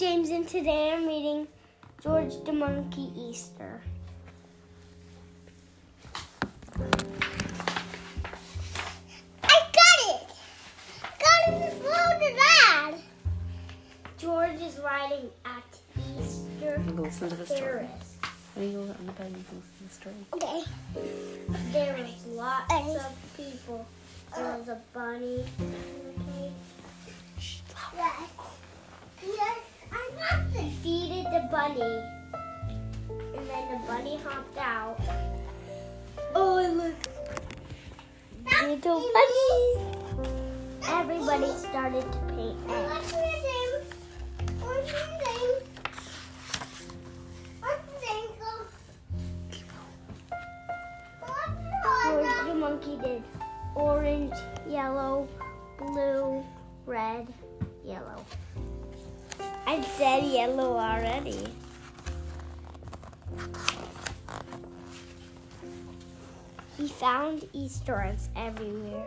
names, and today I'm reading George the Monkey Easter. I got it! Got it this loaded ad! George is riding at Easter You can listen to the story. Ferris. When you go on the bed, you can listen to the story. Okay. There was lots Okay. of people. There was a bunny. Okay. Yes. Yes, I got this. Defeated the bunny, and then the bunny hopped out. Oh, and look! Little bunny. Everybody started to paint. What's your name? What's your name? What's your name? What's your George name? the monkey did orange, yellow, blue, red, yellow. I said yellow already. He found Easter eggs everywhere,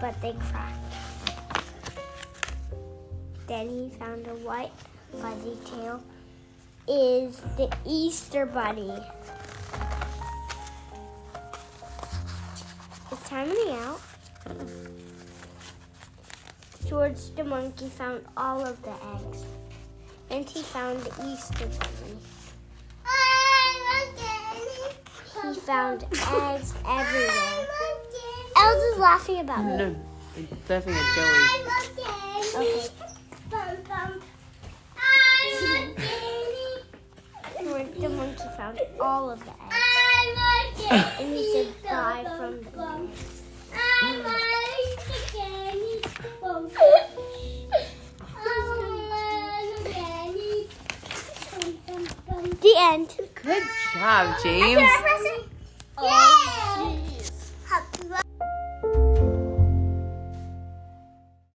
but they cracked. Then he found a white fuzzy tail. Is the Easter bunny? It's time to out. George the monkey found all of the eggs, and he found the Easter bunny. I He look at found eggs everywhere. I look at Elsa's laughing about it. No, it's laughing at Joey. I'm a candy. Okay. Bum, bum. I'm a candy. George the monkey found all of the eggs, I'm a candy. and he said bye Bum, from the bum, bunny. bum. I'm a candy. Bum, bum. I'm a candy. Bum, bum, bum. The end. Good job, Can James. I press it? Yay! Oh,